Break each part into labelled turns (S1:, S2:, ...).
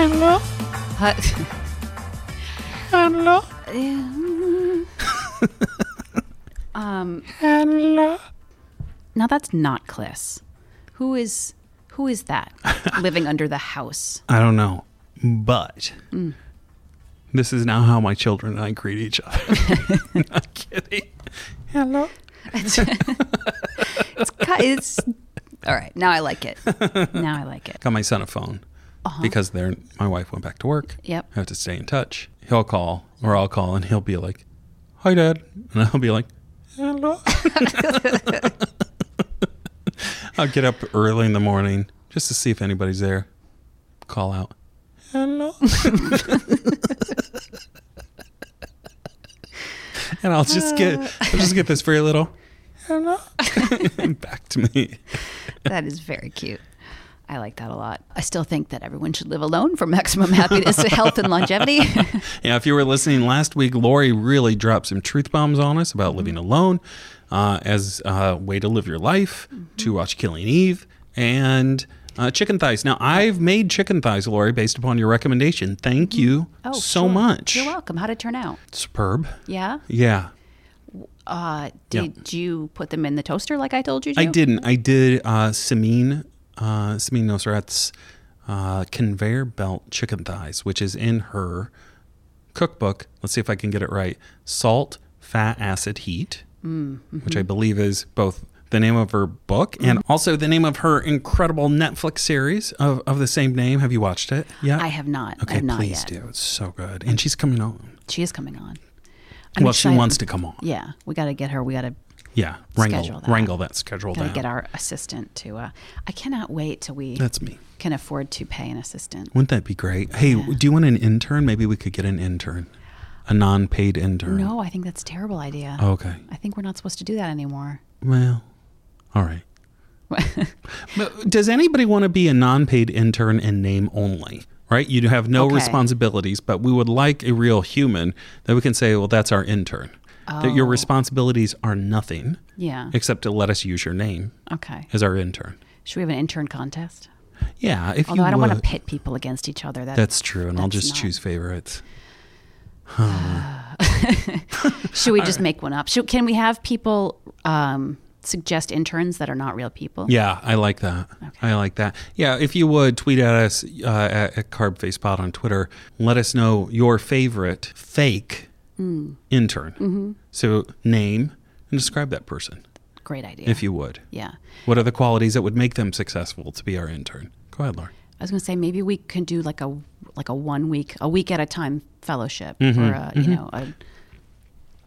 S1: Hello.
S2: Hi.
S1: Hello.
S2: um,
S1: Hello.
S2: now that's not Cliss. Who is who is that living under the house?
S1: I don't know, but this is now how my children and I greet each other. Not kidding. Hello.
S2: It's, it's, ki- it's all right. Now I like it. Now I like it.
S1: Got my son a phone because they're, my wife went back to work.
S2: Yep.
S1: I have to stay in touch. He'll call or I'll call and he'll be like, "Hi, Dad," and I'll be like, "Hello." I'll get up early in the morning just to see if anybody's there. Call out, "Hello," and I'll just get I'll just get this very little "Hello" back to me.
S2: That is very cute. I like that a lot. I still think that everyone should live alone for maximum happiness, health, and longevity.
S1: Yeah, if you were listening last week, Lori really dropped some truth bombs on us about
S2: Mm-hmm.
S1: living alone uh, as a way to live your life,
S2: Mm-hmm.
S1: to watch Killing Eve, and uh, chicken thighs. Now, I've made chicken thighs, Lori, based upon your recommendation. Thank you so
S2: Mm-hmm. Oh, sure.
S1: much.
S2: You're welcome. How'd it turn out?
S1: Superb.
S2: Yeah.
S1: Yeah.
S2: Uh,
S1: Yeah.
S2: did you put them in the toaster like I told you to?
S1: I didn't. I did uh, Samin, uh, Samin Nosrat's uh, conveyor belt chicken thighs, which is in her cookbook. Let's see if I can get it right. Salt, fat, acid, heat,
S2: Mm-hmm.
S1: which I believe is both the name of her book and also the name of her incredible Netflix series of, of the same name. Have you watched it? Yeah.
S2: I have not. I
S1: Okay,
S2: have not
S1: please
S2: yet.
S1: do. It's so good. And she's coming on.
S2: She is coming on.
S1: well, she
S2: excited.
S1: wants to come on. Yeah.
S2: Yeah, we got to get her. We got to
S1: Wrangle
S2: Schedule that.
S1: wrangle that schedule
S2: got to
S1: down.
S2: get our assistant to. Uh, I cannot wait till we
S1: That's me.
S2: can afford to pay an assistant.
S1: Wouldn't that be great? Hey, do you want an intern? Maybe we could get an intern, a non-paid intern.
S2: No, I think that's a terrible idea.
S1: Okay.
S2: I think we're not supposed to do that anymore.
S1: Well, all right. But does anybody want to be a non-paid intern in name only? Right? You have no
S2: Okay.
S1: responsibilities, but we would like a real human that we can say, "Well, that's our intern." That
S2: Oh.
S1: your responsibilities are nothing
S2: yeah.
S1: except to let us use your name
S2: Okay.
S1: as our intern.
S2: Should we have an intern contest?
S1: Yeah, if
S2: Although
S1: you
S2: I don't
S1: would.
S2: want to pit people against each other. That,
S1: That's true, and I'll
S2: That's
S1: just
S2: not-
S1: choose favorites.
S2: should we just make one up? Should, can we have people um, suggest interns that are not real people?
S1: Yeah, I like that. I like that. Yeah, if you would tweet at us uh, at, at CarbFacePod on Twitter, let us know your favorite fake
S2: Hmm.
S1: intern.
S2: Mm-hmm.
S1: So name and describe that person,
S2: Great idea.
S1: if you would.
S2: yeah.
S1: What are the qualities that would make them successful to be our intern? Go ahead, Lauren.
S2: I was going to say maybe we can do like a like a one week a week at a time fellowship
S1: Mm-hmm,
S2: or a, you know a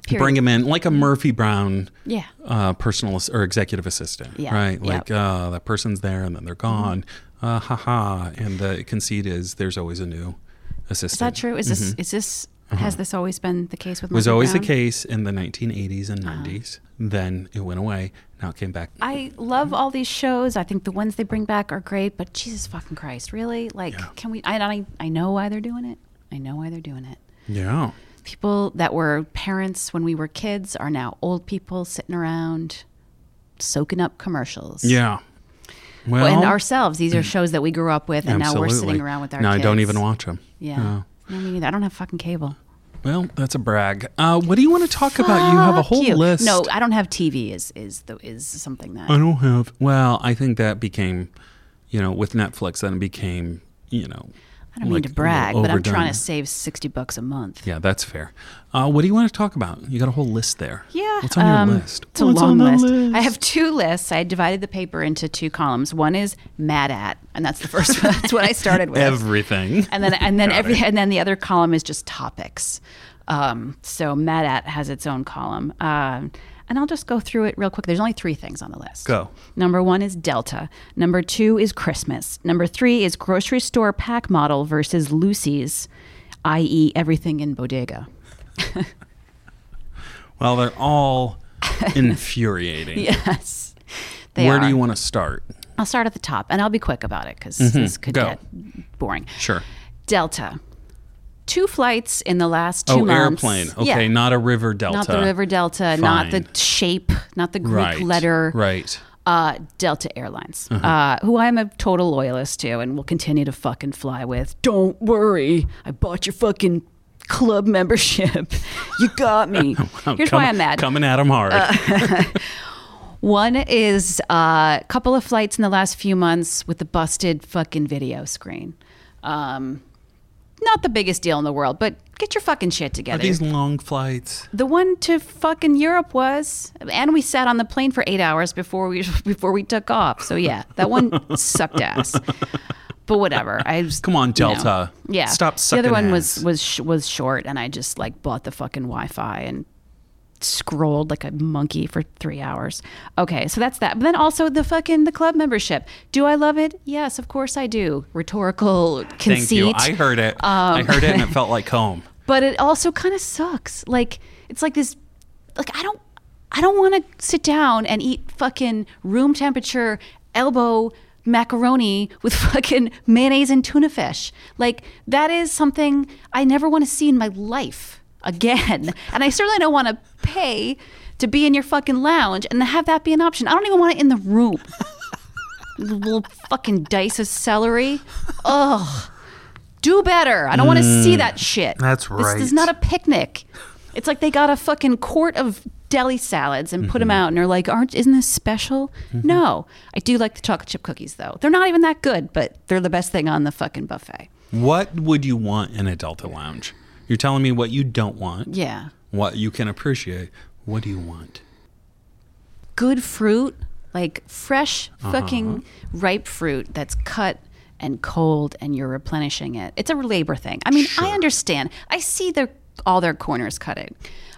S2: period.
S1: Bring him in like a Murphy Brown
S2: yeah
S1: uh, personal ass- or executive assistant,
S2: Yeah, Mm-hmm.
S1: right?
S2: yeah.
S1: Like uh, that person's there and then they're gone. Uh, ha ha. And the conceit is there's always a new assistant.
S2: is that true is this is this has this always been the case with
S1: Mm-hmm. Uh-huh. was
S2: Murphy
S1: always the
S2: Brown?
S1: case in the 1980s and 90s. Then it went away. Now it came back.
S2: Ah. I love all these shows I think the ones they bring back are great but Jesus fucking Christ really like can we I, I I know why they're doing it I know why they're doing it
S1: Yeah.
S2: people that were parents when we were kids are now old people sitting around soaking up commercials
S1: Yeah. Well,
S2: and ourselves these are shows that we grew up with and now we're
S1: Mm. absolutely.
S2: sitting around with our
S1: Now
S2: kids
S1: I don't even watch them.
S2: Yeah. No, me neither. I don't have fucking cable.
S1: Well, that's a brag. Uh, what do you want to talk about? You have a
S2: Fuck
S1: whole
S2: you.
S1: list.
S2: Ah, No, I don't have TV. Is is the is something that
S1: I don't have. Well, I think that became, you know, with Netflix, then it became, you know.
S2: I don't mean
S1: like,
S2: to brag, but I'm trying
S1: overdone.
S2: to save sixty bucks a month.
S1: Yeah, that's fair. Uh, what do you want to talk about? You got a whole list there.
S2: Yeah,
S1: What's on
S2: um,
S1: your list?
S2: It's a
S1: What's
S2: long
S1: on the
S2: list. I have two lists. I divided the paper into two columns. One is mad at, and that's the first one. That's what I started with.
S1: Everything.
S2: and then and then every and then the other column is just topics. Um, so mad at has its own column, um, and I'll just go through it real quick. There's only three things on the list.
S1: Go.
S2: Number one is Delta. Number two is Christmas. Number three is grocery store pack model versus Lucy's, i.e., everything in bodega.
S1: Well, they're all infuriating.
S2: Yes, they
S1: Where
S2: are.
S1: do you want to start?
S2: I'll start at the top, and I'll be quick about it because this could
S1: Go.
S2: get boring.
S1: Sure.
S2: Delta. Two flights in the last two
S1: oh,
S2: months.
S1: airplane.
S2: Yeah.
S1: Okay, not a river delta.
S2: Not the river delta, not the
S1: Fine.
S2: shape, not the Greek
S1: right. Uh-huh.
S2: letter.
S1: Right.
S2: Uh, Delta Airlines, uh, who I am a total loyalist to and will continue to fucking fly with. Don't worry, I bought your fucking club membership. you got me.
S1: I'm
S2: Here's
S1: coming,
S2: why I'm mad.
S1: Oh,
S2: Uh,
S1: Coming at him hard.
S2: One is a couple of flights in the last few months with the busted fucking video screen. Um, not the biggest deal in the world, but get your fucking shit
S1: Are
S2: together.
S1: these long flights?
S2: the one to fucking Europe was, and we sat on the plane for eight hours before we before we took off. So yeah, that one sucked ass. But whatever. I just,
S1: Come on,
S2: you know.
S1: Delta.
S2: yeah.
S1: Stop
S2: The
S1: sucking
S2: other one
S1: ass.
S2: was was sh- was short, and I just like bought the fucking Wi-Fi and scrolled like a monkey for three hours. Okay, so that's that. But then also the fucking the club membership. Do I love it? Yes, of course I do. Rhetorical conceit.
S1: Thank you. I heard it.
S2: Um,
S1: I heard it and it felt like home.
S2: but it also kind of sucks. Like it's like this like I don't I don't want to sit down and eat fucking room temperature elbow macaroni with fucking mayonnaise and tuna fish. Like that is something I never want to see in my life again. And I certainly don't want to pay to be in your fucking lounge and have that be an option. I don't even want it in the room. Little fucking dice of celery. Ugh. Do better. I don't want to see that shit.
S1: Mm. that's
S2: This
S1: right.
S2: is not a picnic. It's like they got a fucking quart of deli salads and put
S1: Mm-hmm.
S2: them out, and they're like, "Aren't isn't this special?" No, I do like the chocolate chip cookies though. They're not even that good, but they're the best thing on the fucking buffet.
S1: What would you want in a Delta lounge? You're telling me what you don't want,
S2: Yeah,
S1: what you can appreciate. What do you want?
S2: good fruit, like fresh
S1: Uh-huh.
S2: fucking ripe fruit that's cut and cold, and you're replenishing it. It's a labor thing. I mean, I understand. I see their all their corners cut it.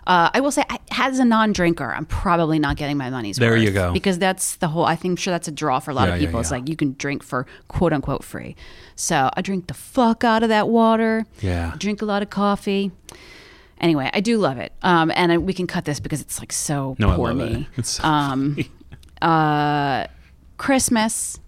S2: Uh, I will say, I, as a non-drinker, I'm probably not getting my money's
S1: There
S2: worth.
S1: you go.
S2: Because that's the whole. I think sure that's a draw for a lot
S1: Yeah,
S2: of
S1: yeah,
S2: people. It's
S1: yeah.
S2: like you can drink for quote unquote free. So I drink the fuck out of that water.
S1: Yeah.
S2: I drink a lot of coffee. Anyway, I do love it. Um, and I, we can cut this because it's like so
S1: No,
S2: poor
S1: I love
S2: me.
S1: it. It's so
S2: Um, uh, Christmas.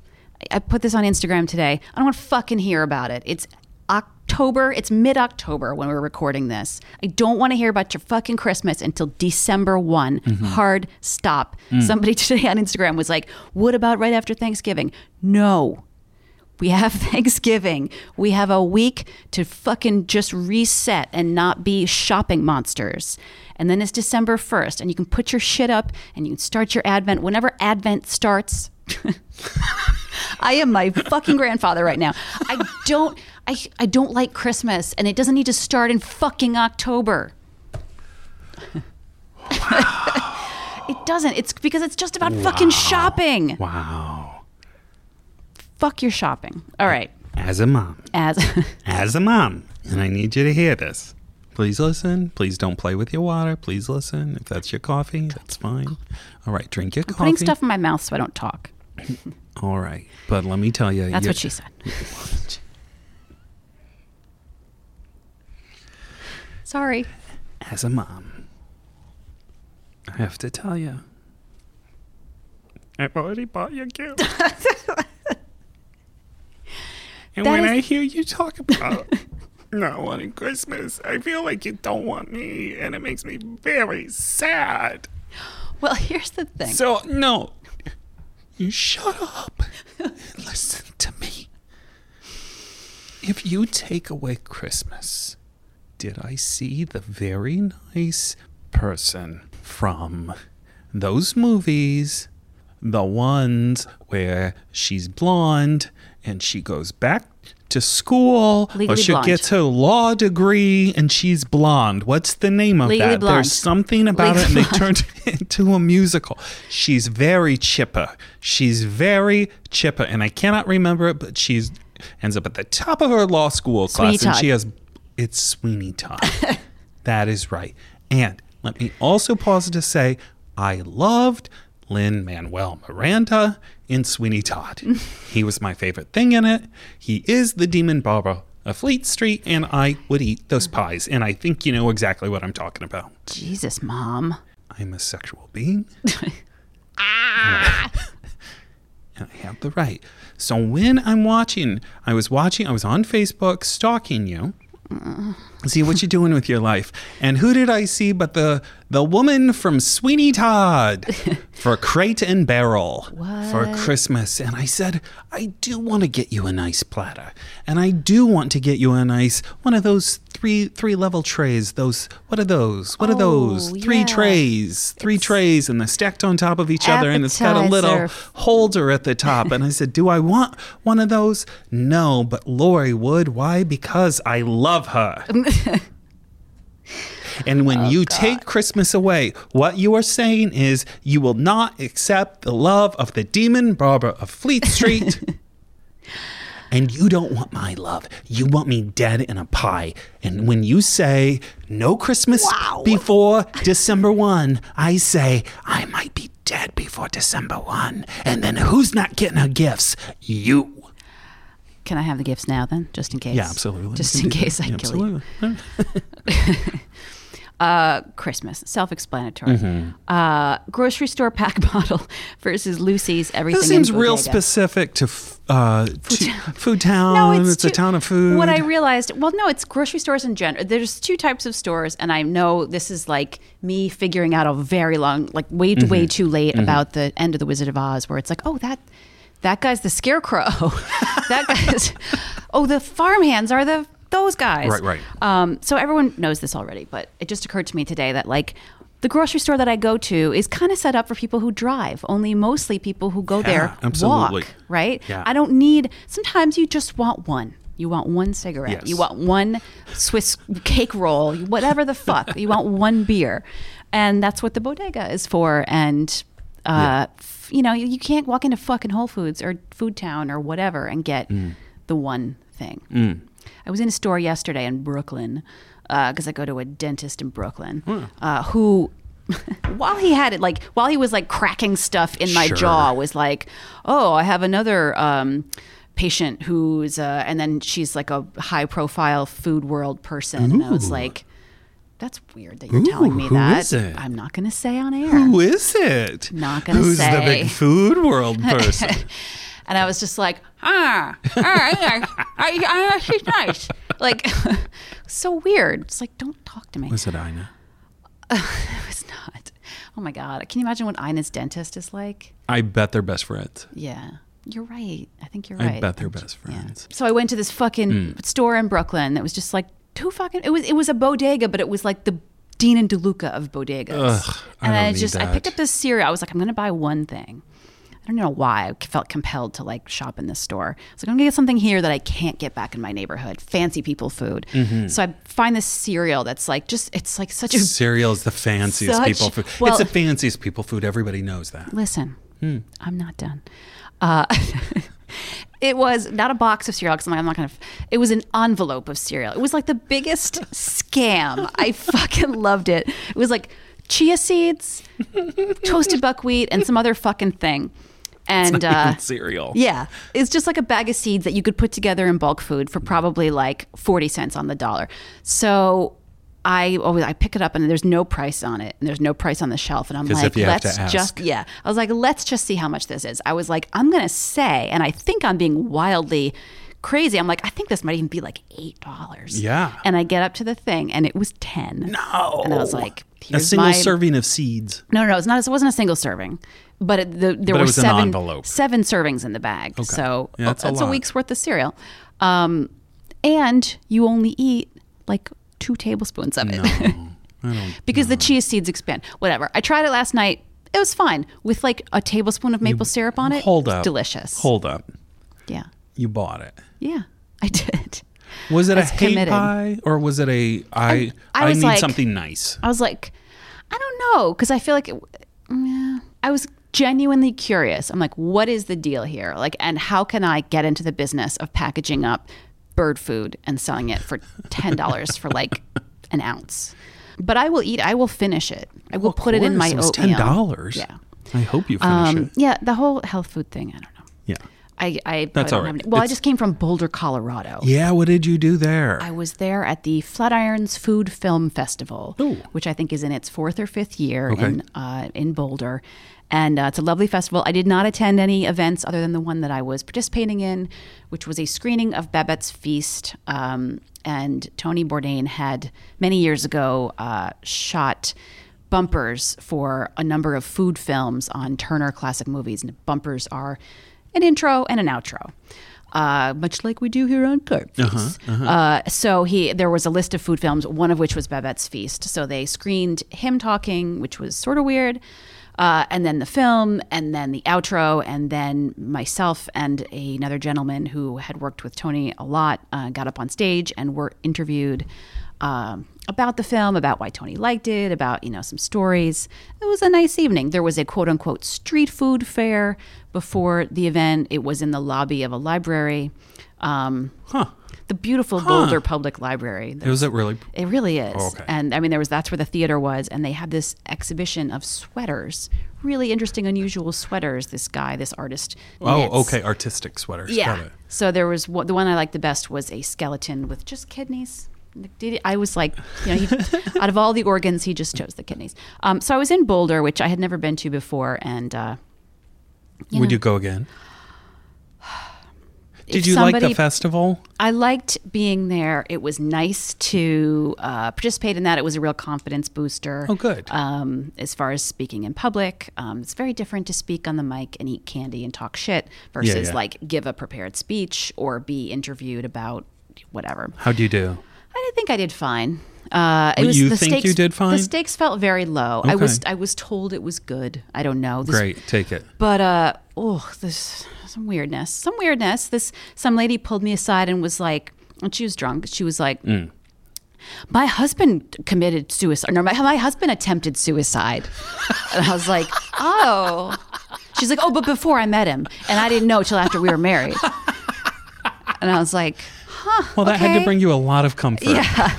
S2: I- I put this on Instagram today. I don't want to fucking hear about it. It's October. It's mid October when we're recording this. I don't want to hear about your fucking Christmas until December one.
S1: Mm-hmm.
S2: Hard stop.
S1: Mm.
S2: Somebody today on Instagram was like, "What about right after Thanksgiving?" No. We have Thanksgiving. We have a week to fucking just reset and not be shopping monsters. And then it's December 1st, and you can put your shit up and you can start your Advent whenever Advent starts. I am my fucking grandfather right now. I don't I, I don't like Christmas and it doesn't need to start in fucking October. it doesn't. It's because it's just about fucking shopping.
S1: Wow.
S2: Fuck your shopping. All right.
S1: As a mom,
S2: As
S1: as a mom, and I need you to hear this. Please listen. Please don't play with your water. Please listen. If that's your coffee, that's fine. All right, drink your coffee.
S2: putting stuff in my mouth so I don't talk.
S1: All right, but let me tell you,
S2: That's
S1: you-
S2: what she said. Sorry.
S1: As a mom, I have to tell you, I've already bought your gift. and
S2: That
S1: when
S2: is-
S1: I hear you talk about not wanting Christmas, I feel like you don't want me, and it makes me very sad.
S2: Well, here's the thing.
S1: So, no, you shut up and listen to me. If you take away Christmas, did I see the very nice person from those movies? The ones where she's blonde and she goes back to school or
S2: Legally
S1: she
S2: Blonde.
S1: gets her law degree and she's blonde. What's the name of
S2: Legally
S1: that?
S2: Blonde.
S1: There's something about it and
S2: Legally
S1: they turned it into a musical. She's very chipper. She's very chipper. And I cannot remember it, but she's ends up at the top of her law school class
S2: Sweeney
S1: and she
S2: Todd.
S1: has it's Sweeney Todd. that is right. And let me also pause to say I loved Lynn Manuel Miranda in Sweeney Todd. he was my favorite thing in it. He is the demon barber of Fleet Street, and I would eat those pies. And I think you know exactly what I'm talking about.
S2: Jesus, mom.
S1: I'm a sexual being. and I have the right. So when I'm watching, I was watching, I was on Facebook stalking you. See what you doing with your life. And who did I see but the the woman from Sweeney Todd for crate and barrel for Christmas. And I said, I do want to get you a nice platter. And I do want to get you a nice one of those three three level trays. Those what are those? What are those?
S2: Oh,
S1: Three
S2: yeah.
S1: trays. Three trays and they're stacked on top of each other and it's got a little
S2: Appetizer.
S1: holder at the top. And I said, Do I want one of those? No, but Lori would. Why? Because I love her. And when you take Christmas away, what you are saying is you will not accept the love of the demon Barbara of Fleet Street. and you don't want my love. You want me dead in a pie. And when you say no Christmas before December 1, I say I might be dead before December 1. And then who's not getting her gifts? You.
S2: Can I have the gifts now then, just in case?
S1: Yeah, absolutely.
S2: Just in case I
S1: Yeah,
S2: kill you.
S1: absolutely.
S2: Uh, Christmas, self-explanatory.
S1: Mm-hmm.
S2: Uh, grocery store pack bottle versus Lucy's everything.
S1: This seems
S2: in
S1: real
S2: Bodega.
S1: specific to, f- uh, to food town.
S2: No, it's,
S1: it's a
S2: too-
S1: town of food.
S2: What I realized, well, no, it's grocery stores in general. There's two types of stores, and I know this is like me figuring out a very long, like way,
S1: Mm-hmm.
S2: way too late about the end of the Wizard of Oz, where it's like, oh, that that guy's the scarecrow. that guy's oh, the farmhands are the those guys.
S1: Right, right.
S2: Um, so everyone knows this already, but it just occurred to me today that like. The grocery store that I go to is kind of set up for people who drive, only mostly people who go there
S1: absolutely.
S2: walk, right?
S1: Yeah.
S2: I don't need. Sometimes you just want one. You want one cigarette.
S1: Yes.
S2: You want one Swiss cake roll. Whatever the fuck. you want one beer, and that's what the bodega is for. And uh, f- you know, you, you can't walk into fucking Whole Foods or Food Town or whatever and get the one thing. I was in a store yesterday in Brooklyn because I go to a dentist in Brooklyn uh, who. while he had it like while he was like cracking stuff in my
S1: Sure.
S2: jaw was like oh i have another um, patient who's uh, and then she's like a high profile food world person and i was like that's weird that you're telling me
S1: Ooh, who
S2: that
S1: is it?
S2: i'm not gonna say on air
S1: Who is it?
S2: Not gonna
S1: Who's the
S2: say.
S1: big food world person?
S2: and I was just like, ah, ah, ah, ah, ah, she's nice. Like, so weird. It's like, don't talk to me.
S1: was it Ina?
S2: It's not. Oh my God. Can you imagine what Ina's dentist is like?
S1: I bet they're best friends.
S2: Yeah. You're right. I think you're right.
S1: I bet they're best friends.
S2: So I went to this fucking
S1: Hmm.
S2: store in Brooklyn that was just like two fucking. It was it was a bodega, but it was like the Dean and DeLuca of bodegas.
S1: Ugh, I
S2: and
S1: don't
S2: I
S1: need
S2: just I picked
S1: that.
S2: up this cereal. I was like, I'm gonna buy one thing. I don't know why I felt compelled to like shop in this store. I was like, I'm gonna get something here that I can't get back in my neighborhood. Fancy people food.
S1: Mm-hmm.
S2: So I find this cereal that's like just it's like such a
S1: Cereal is the fanciest
S2: Such-
S1: people food.
S2: well-
S1: it's the fanciest people food. Everybody knows that.
S2: Listen, I'm not done. Uh, it was not a box of cereal because I'm, like, I'm not going to. It was an envelope of cereal. It was like the biggest scam. I fucking loved it. It was like chia seeds, toasted buckwheat, and some other fucking thing. And uh,
S1: cereal.
S2: yeah, it's just like a bag of seeds that you could put together in bulk food for probably like 40 cents on the dollar. So I always I pick it up and there's no price on it and there's no price on the shelf and I'm
S1: 'Cause if
S2: like
S1: you have
S2: let's
S1: to ask.
S2: just yeah. I was like let's just see how much this is. I was like I'm going to say and I think I'm being wildly crazy. I'm like I think this might even be like $8.
S1: Yeah.
S2: And I get up to the thing and it was 10.
S1: No.
S2: And I was like
S1: a
S2: here's
S1: single
S2: my
S1: serving of seeds.
S2: no, no, no, it's not. It wasn't a single serving, but it, the, there were
S1: was an
S2: seven
S1: envelope.
S2: seven servings in the bag. So uh,
S1: Yeah, that's a
S2: it's
S1: lot.
S2: week's worth of cereal, um, and you only eat like two tablespoons of it because the chia seeds expand. Whatever. I tried it last night. It was fine with like a tablespoon of maple syrup on it.
S1: Hold
S2: It was
S1: up.
S2: delicious.
S1: Hold up.
S2: yeah,
S1: You bought it.
S2: yeah, I did.
S1: Was it a
S2: It's
S1: hate
S2: committed.
S1: pie or was it a I?
S2: I
S1: I,
S2: was
S1: need
S2: like-
S1: something nice.
S2: I was like, I don't know, because I feel like it, yeah. I was genuinely curious. I'm like, what is the deal here? Like, and how can I get into the business of packaging up bird food and selling it for ten dollars for like an ounce? But I will eat. I will finish it. I will put it in my
S1: Of course, it was
S2: oatmeal.
S1: ten dollars.
S2: Yeah.
S1: I hope you finish
S2: Um,
S1: it.
S2: yeah, the whole health food thing. I don't know.
S1: Yeah.
S2: I, I
S1: That's
S2: I
S1: all
S2: don't have
S1: right.
S2: any- well, I
S1: It's-
S2: just came from Boulder, Colorado.
S1: Yeah. What did you do there?
S2: I was there at the Flatirons Food Film Festival,
S1: Ooh.
S2: which I think is in its fourth or fifth year
S1: Okay.
S2: in uh, in Boulder, And uh, it's a lovely festival. I did not attend any events other than the one that I was participating in, which was a screening of Babette's Feast. Um, and Tony Bourdain had many years ago uh, shot bumpers for a number of food films on Turner Classic Movies. And bumpers are an intro and an outro uh, much like we do here on Carp Feast. uh so he there was a list of food films, one of which was Babette's Feast. So they screened him talking, which was sort of weird, uh, and then the film, and then the outro, and then myself and another gentleman who had worked with Tony a lot uh, got up on stage and were interviewed. Um, about the film, about why Tony liked it, about you know some stories. It was a nice evening. There was a quote unquote street food fair before the event. It was in the lobby of a library, um,
S1: Huh.
S2: the beautiful Boulder Public Library.
S1: It was it really?
S2: It really is.
S1: Oh, okay.
S2: And I mean, there was that's where the theater was, and they had this exhibition of sweaters, really interesting, unusual sweaters. This guy, this artist. knits.
S1: Oh, okay. Artistic sweaters.
S2: Yeah.
S1: Got it.
S2: So there was one, the one I liked the best was a skeleton with just kidneys. Like, Did he- I was like, you know, he, out of all the organs, he just chose the kidneys. Um, so I was in Boulder, which I had never been to before, and uh,
S1: Would
S2: know.
S1: you go again? Did
S2: If
S1: you like
S2: somebody-
S1: the festival?
S2: I liked being there. It was nice to uh, participate in that. It was a real confidence booster.
S1: Oh, good.
S2: Um, as far as speaking in public, um, it's very different to speak on the mic and eat candy and talk shit versus
S1: yeah.
S2: like give a prepared speech or be interviewed about whatever.
S1: How do you do?
S2: I think I did fine. Uh, it
S1: Well,
S2: was
S1: you
S2: the
S1: think
S2: stakes,
S1: you did fine?
S2: The stakes felt very low. I was
S1: Okay.
S2: I was told it was good. I don't know. This,
S1: Great. Take it.
S2: But uh, oh, this some weirdness. Some weirdness. This some lady pulled me aside and was like, and she was drunk. She was like,
S1: Mm.
S2: my husband committed suicide. No, my, my husband attempted suicide. and I was like, oh. She's like, oh, but before I met him, and I didn't know till after we were married. and I was like.
S1: Well, that had to
S2: okay.
S1: bring you a lot of comfort.
S2: Yeah.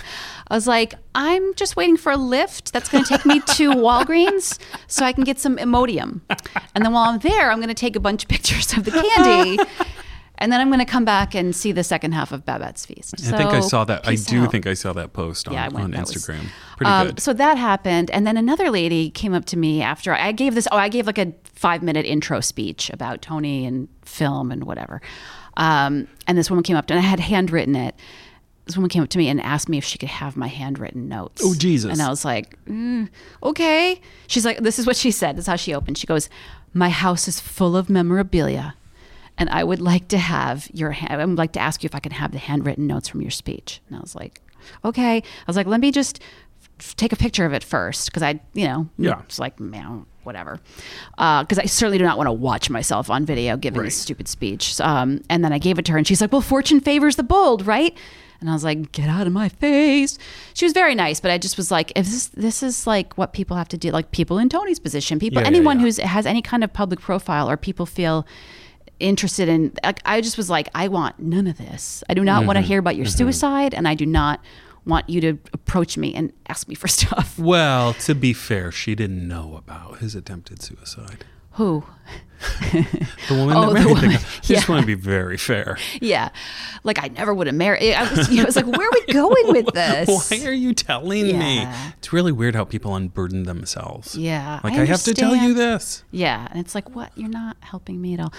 S2: I was like, I'm just waiting for a lift that's going to take me to Walgreens so I can get some Imodium. And then while I'm there, I'm going to take a bunch of pictures of the candy. And then I'm going to come back and see the second half of Babette's Feast.
S1: I think I saw that. I
S2: peace
S1: do
S2: out.
S1: think I saw that post on,
S2: Yeah, I went.
S1: on
S2: That was-
S1: Instagram. Pretty
S2: Um,
S1: good.
S2: So that happened, and then another lady came up to me after I I gave this. Oh, I gave like a five-minute intro speech about Tony and film and whatever. Um, and this woman came up to, and I had handwritten it. This woman came up to me and asked me if she could have my handwritten notes.
S1: Oh, Jesus.
S2: And I was like, mm, okay. She's like, this is what she said. This is how she opened. She goes, "My house is full of memorabilia." And I would like to have your. ha- I would like to ask you if I can have the handwritten notes from your speech. And I was like, okay. I was like, let me just f- take a picture of it first because I, you know,
S1: Yeah.
S2: it's like, man, whatever. Because I certainly do not want to watch myself on video giving
S1: Right.
S2: this stupid speech. Um, and then I gave it to her and she's like, well, fortune favors the bold, right? And I was like, get out of my face. She was very nice, but I just was like, if this, this is like what people have to do, like people in Tony's position, people,
S1: Yeah, yeah,
S2: anyone
S1: yeah.
S2: who's has any kind of public profile or people feel interested in like, i just was like i want none of this i do not want to
S1: Mm-hmm.
S2: hear about your suicide and i do not want you to approach me and ask me for stuff
S1: well, to be fair, she didn't know about his attempted suicide.
S2: who
S1: The woman
S2: Oh,
S1: that
S2: the
S1: married the
S2: woman.
S1: guy. I just
S2: Yeah.
S1: want to be very fair.
S2: yeah like i never would have married i was, you know, I was like where are we going with this
S1: Why are you telling
S2: Yeah.
S1: me? It's really weird how people unburden themselves.
S2: Yeah,
S1: Like, I,
S2: I
S1: have to tell you
S2: understand.
S1: this.
S2: yeah and it's like what you're not helping me at all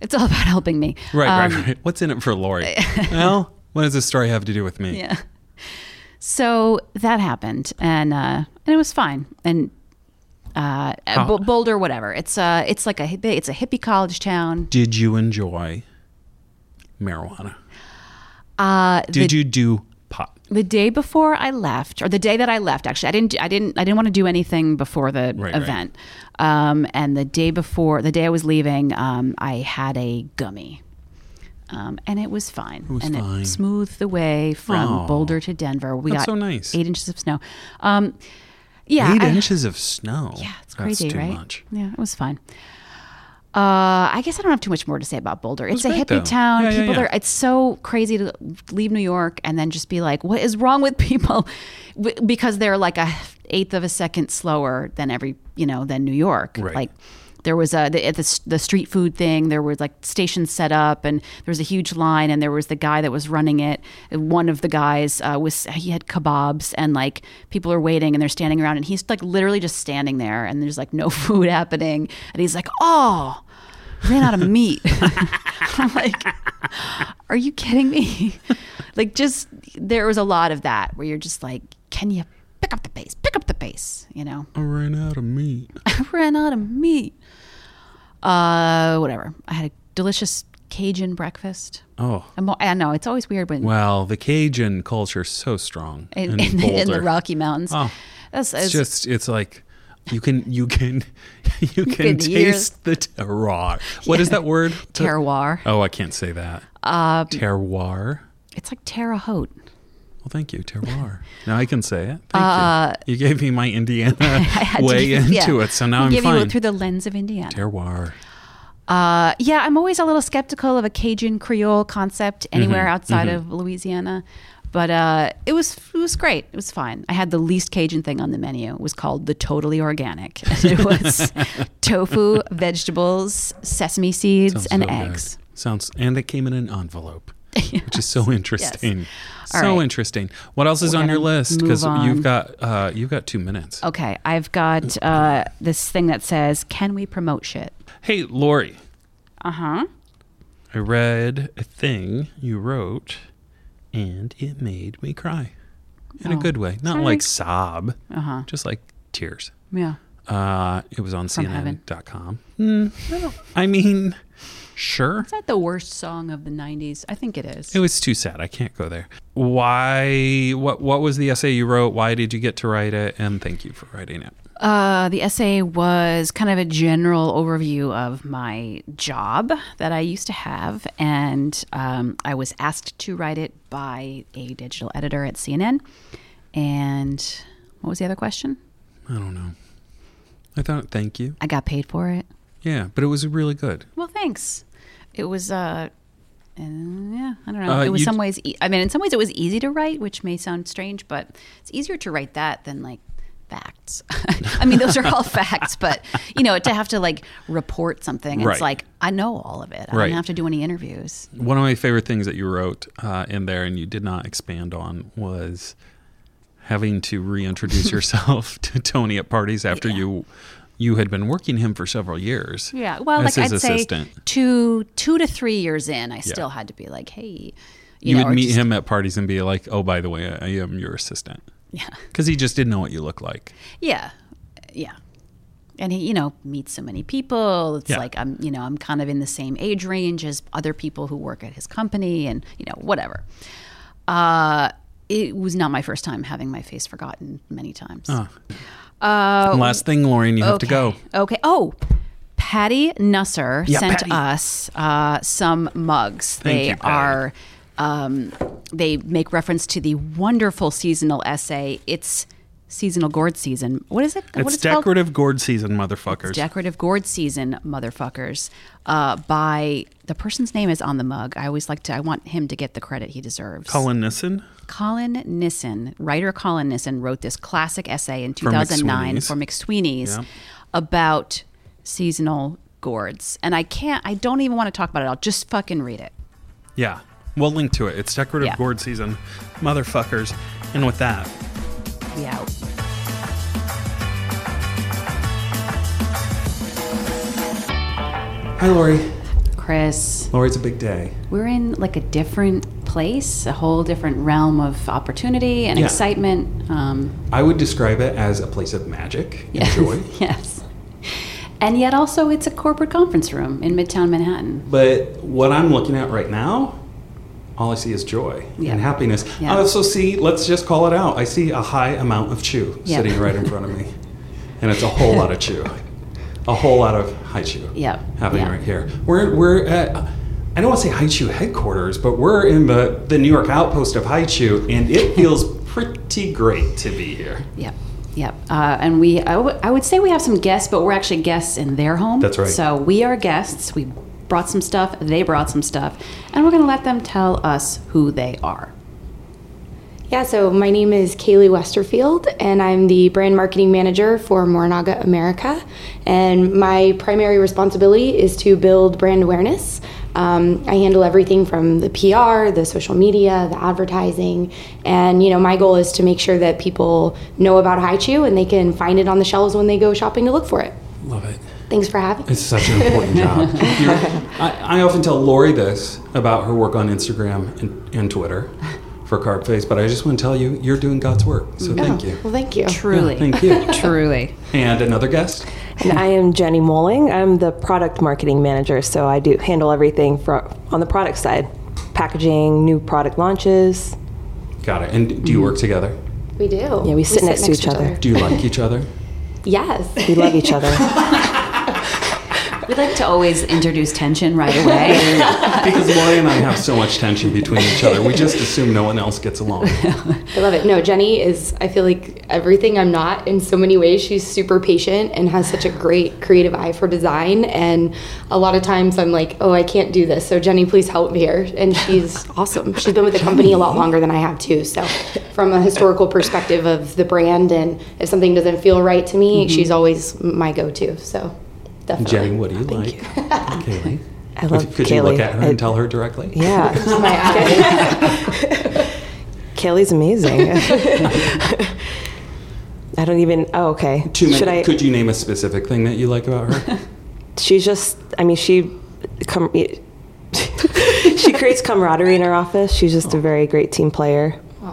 S2: it's all about helping me
S1: Right,
S2: Um,
S1: right, right. What's in it for Lori? well, what does this story have to do with me?
S2: Yeah. So that happened, and uh, and it was fine, and uh,
S1: How-
S2: B- Boulder, whatever. It's uh, it's like a hippie, it's a hippie college town.
S1: Did you enjoy marijuana?
S2: Uh, the,
S1: Did you do pot?
S2: the day before I left, or the day that I left, actually, I didn't, I didn't, I didn't want to do anything before the
S1: Right, right.
S2: event. Um, and the day before, the day I was leaving, um, I had a gummy. Um, and it was fine.
S1: was
S2: and
S1: fine.
S2: it smoothed the way from
S1: Oh.
S2: Boulder to Denver. We
S1: That's
S2: got
S1: so nice.
S2: eight inches of snow. Um, yeah,
S1: Eight
S2: I-
S1: inches of snow.
S2: Yeah, it's crazy,
S1: That's too
S2: right?
S1: much.
S2: Yeah, it was fun. Uh, I guess I don't have too much more to say about Boulder. It's a
S1: great,
S2: hippie
S1: though.
S2: town.
S1: Yeah, yeah,
S2: people
S1: yeah.
S2: are. It's so crazy to leave New York and then just be like, "What is wrong with people?" W- Because they're like a eighth of a second slower than every, you know, than New York.
S1: Right.
S2: Like there was a the, at the, s- the street food thing there were like stations set up and there was a huge line and there was the guy that was running it one of the guys uh, was he had kebabs and like people are waiting and they're standing around and he's like literally just standing there and there's like no food happening and he's like oh ran out of meat i'm like are you kidding me like just there was a lot of that where you're just like can you pick up the pace pick up the pace you know
S1: I ran out of meat.
S2: I ran out of meat. Uh, whatever. I had a delicious Cajun breakfast.
S1: Oh.
S2: I'm, I know it's always weird when
S1: Well, the Cajun culture is so strong
S2: in,
S1: in,
S2: in, the- in the
S1: Boulder.
S2: Rocky Mountains.
S1: Oh,
S2: That's-
S1: it's
S2: it's-
S1: just it's like you can you can you can,
S2: can hear-
S1: taste the terroir. What is that word?
S2: terroir. Um,
S1: Oh, I can't say that. Uh, terroir.
S2: It's like Terre Haute.
S1: Well, thank you, terroir. Now I can say it. Thank
S2: Uh,
S1: you. You gave me my Indiana way into
S2: Yeah.
S1: it, so now
S2: We
S1: I'm
S2: give You
S1: fine.
S2: through the lens of Indiana.
S1: terroir.
S2: Uh, yeah, I'm always a little skeptical of a Cajun Creole concept
S1: Mm-hmm.
S2: anywhere outside of Louisiana, but uh, it was it was great. It was fine. I had the least Cajun thing on the menu. It was called the Totally Organic. it was tofu, vegetables, sesame seeds,
S1: Sounds
S2: and
S1: so good.
S2: eggs.
S1: Sounds and it came in an envelope, which is so interesting.
S2: All
S1: So
S2: right.
S1: interesting. What else is on your
S2: gonna
S1: list? Because
S2: move
S1: you've
S2: on. Oh.
S1: got uh, you've got two minutes.
S2: Okay, I've got uh, this thing that says, "Can we promote shit?"
S1: Hey, Lori,
S2: Uh huh.
S1: I read a thing you wrote, and it made me cry in a
S2: Oh,
S1: good way, not
S2: sorry.
S1: like sob,
S2: Uh huh.
S1: just like tears.
S2: Yeah.
S1: Uh, it was on
S2: heaven.
S1: CNN.com. Mm, I don't- I mean, sure.
S2: Is that the worst song of the '90s? I think it is.
S1: It was too sad. I can't go there. Why? What? What was the essay you wrote? Why did you get to write it? And thank you for writing it.
S2: Uh, the essay was kind of a general overview of my job that I used to have, and um, I was asked to write it by a digital editor at CNN. And what was the other question?
S1: I don't know. I thought thank you.
S2: I got paid for it.
S1: Yeah, but it was really good.
S2: Well, thanks. It was, uh, uh, yeah, I don't know.
S1: Uh,
S2: it was
S1: you-
S2: some ways. E- I mean, in some ways, it was easy to write, which may sound strange, but it's easier to write that than like facts. I mean, those are all facts, but you know, to have to like report something,
S1: Right.
S2: it's like I know all of it. I
S1: Right.
S2: don't have to do any interviews.
S1: One of my favorite things that you wrote uh, in there and you did not expand on was having to reintroduce yourself to Tony at parties after
S2: Yeah.
S1: you you had been working him for several years.
S2: Yeah. Well,
S1: as
S2: like I'd
S1: his assistant.
S2: say two two to three years in, I still had to be like, hey,
S1: you,
S2: know,
S1: would
S2: or
S1: meet
S2: just-
S1: him at parties and be like, "Oh, by the way, I am your assistant,"
S2: Yeah.
S1: because he just didn't know what you looked like.
S2: Yeah. Yeah. And he, you know, meets so many people. It's
S1: Yeah.
S2: like I'm, you know, I'm kind of in the same age range as other people who work at his company and, you know, whatever. Uh, it was not my first time having my face forgotten many times.
S1: Ah. Last thing, Lauren, you have to go.
S2: Oh. Okay. Oh, Patty Nusser
S1: Yeah,
S2: sent
S1: Patty.
S2: us uh, some mugs. they
S1: you, Patty.
S2: are. Um, they make reference to the wonderful seasonal essay. It's seasonal gourd season. What is it? what
S1: It's
S2: is it called?
S1: decorative gourd season, motherfuckers.
S2: Decorative gourd season, motherfuckers. Uh, by the person's name is on the mug. I always like to. I want him to get the credit he deserves.
S1: Colin Nissen.
S2: Colin Nissen, writer Colin Nissen, wrote this classic essay in
S1: McSweeney's.
S2: 2009 for McSweeney's
S1: Yeah.
S2: about seasonal gourds. And I can't, I don't even want to talk about it. I'll just fucking read it.
S1: Yeah. We'll link to it. It's decorative
S2: Yeah.
S1: gourd season, motherfuckers. And with that,
S2: We out.
S1: hi, Lori.
S2: Chris,
S1: Lori, it's a big day.
S2: we're in like a different place, a whole different realm of opportunity and
S1: Yeah.
S2: excitement. Um,
S1: I would describe it as a place of magic and
S2: yes.
S1: joy,
S2: yes. And yet also it's a corporate conference room in Midtown Manhattan.
S1: but what I'm looking at right now, all I see is joy
S2: Yeah.
S1: and happiness.
S2: Yeah.
S1: I also see, let's just call it out, I see a high amount of chew
S2: Yeah.
S1: sitting right in front of me. And it's a whole lot of chew. A whole lot of high chew
S2: Yeah.
S1: happening
S2: Yeah.
S1: right here. We're, we're at, I don't want to say high chew headquarters, but we're in the, the New York outpost of high chew, and it feels pretty great to be here.
S2: Yep, yep. Uh, and we, I would- I would say we have some guests, but we're actually guests in their home.
S1: That's right.
S2: So we are guests. We brought some stuff, they brought some stuff, and we're going to let them tell us who they are.
S3: Yeah, so my name is Kaylee Westerfield, and I'm the brand marketing manager for Morinaga America. And my primary responsibility is to build brand awareness. Um, I handle everything from the PR, the social media, the advertising, and you know my goal is to make sure that people know about High Chew and they can find it on the shelves when they go shopping to look for it.
S1: Love it.
S3: Thanks for having me.
S1: It's such an important job. You're- I, I often tell Lori this about her work on Instagram and, and Twitter for Carb Face, but I just want to tell you, you're doing God's work.
S4: Mm-hmm.
S1: So thank
S4: Oh,
S1: you.
S3: Well, thank you.
S2: Truly.
S1: Thank you.
S2: Truly.
S1: And another guest.
S4: And I am Jenny Moeling. I'm the product marketing manager, so I do handle everything for, on the product side packaging, new product launches.
S1: Got it. And
S4: Mm-hmm.
S1: do you work together?
S3: We do. Yeah,
S4: we sit next to each other.
S1: Do you like each other?
S3: Yes.
S4: We love each other.
S2: We like to always introduce tension right away.
S1: Because Lori and I have so much tension between each other, we just assume no one else gets along.
S3: I love it. No, Jenny is, I feel like everything I'm not in so many ways. She's super patient and has such a great creative eye for design. And a lot of times I'm like, oh, I can't do this. So, Jenny, please help me here. And she's awesome. She's been with the company a lot longer than I have, too. So, from a historical perspective of the brand, and if something doesn't feel right to me, she's always my go to. So, definitely.
S1: Jenny, what do you like? Kaylee.
S4: I love
S1: Could you look
S4: Kaylee.
S1: at her and
S4: I-
S1: tell her directly?
S4: Yeah.
S3: My eye.
S4: Kaylee's amazing. I don't even, oh, okay.
S1: Too many.
S4: Should I?
S1: Could you name a specific thing that you like about her?
S4: she's just i mean she com- she creates camaraderie in her office she's just a very great team player she
S1: I Oh.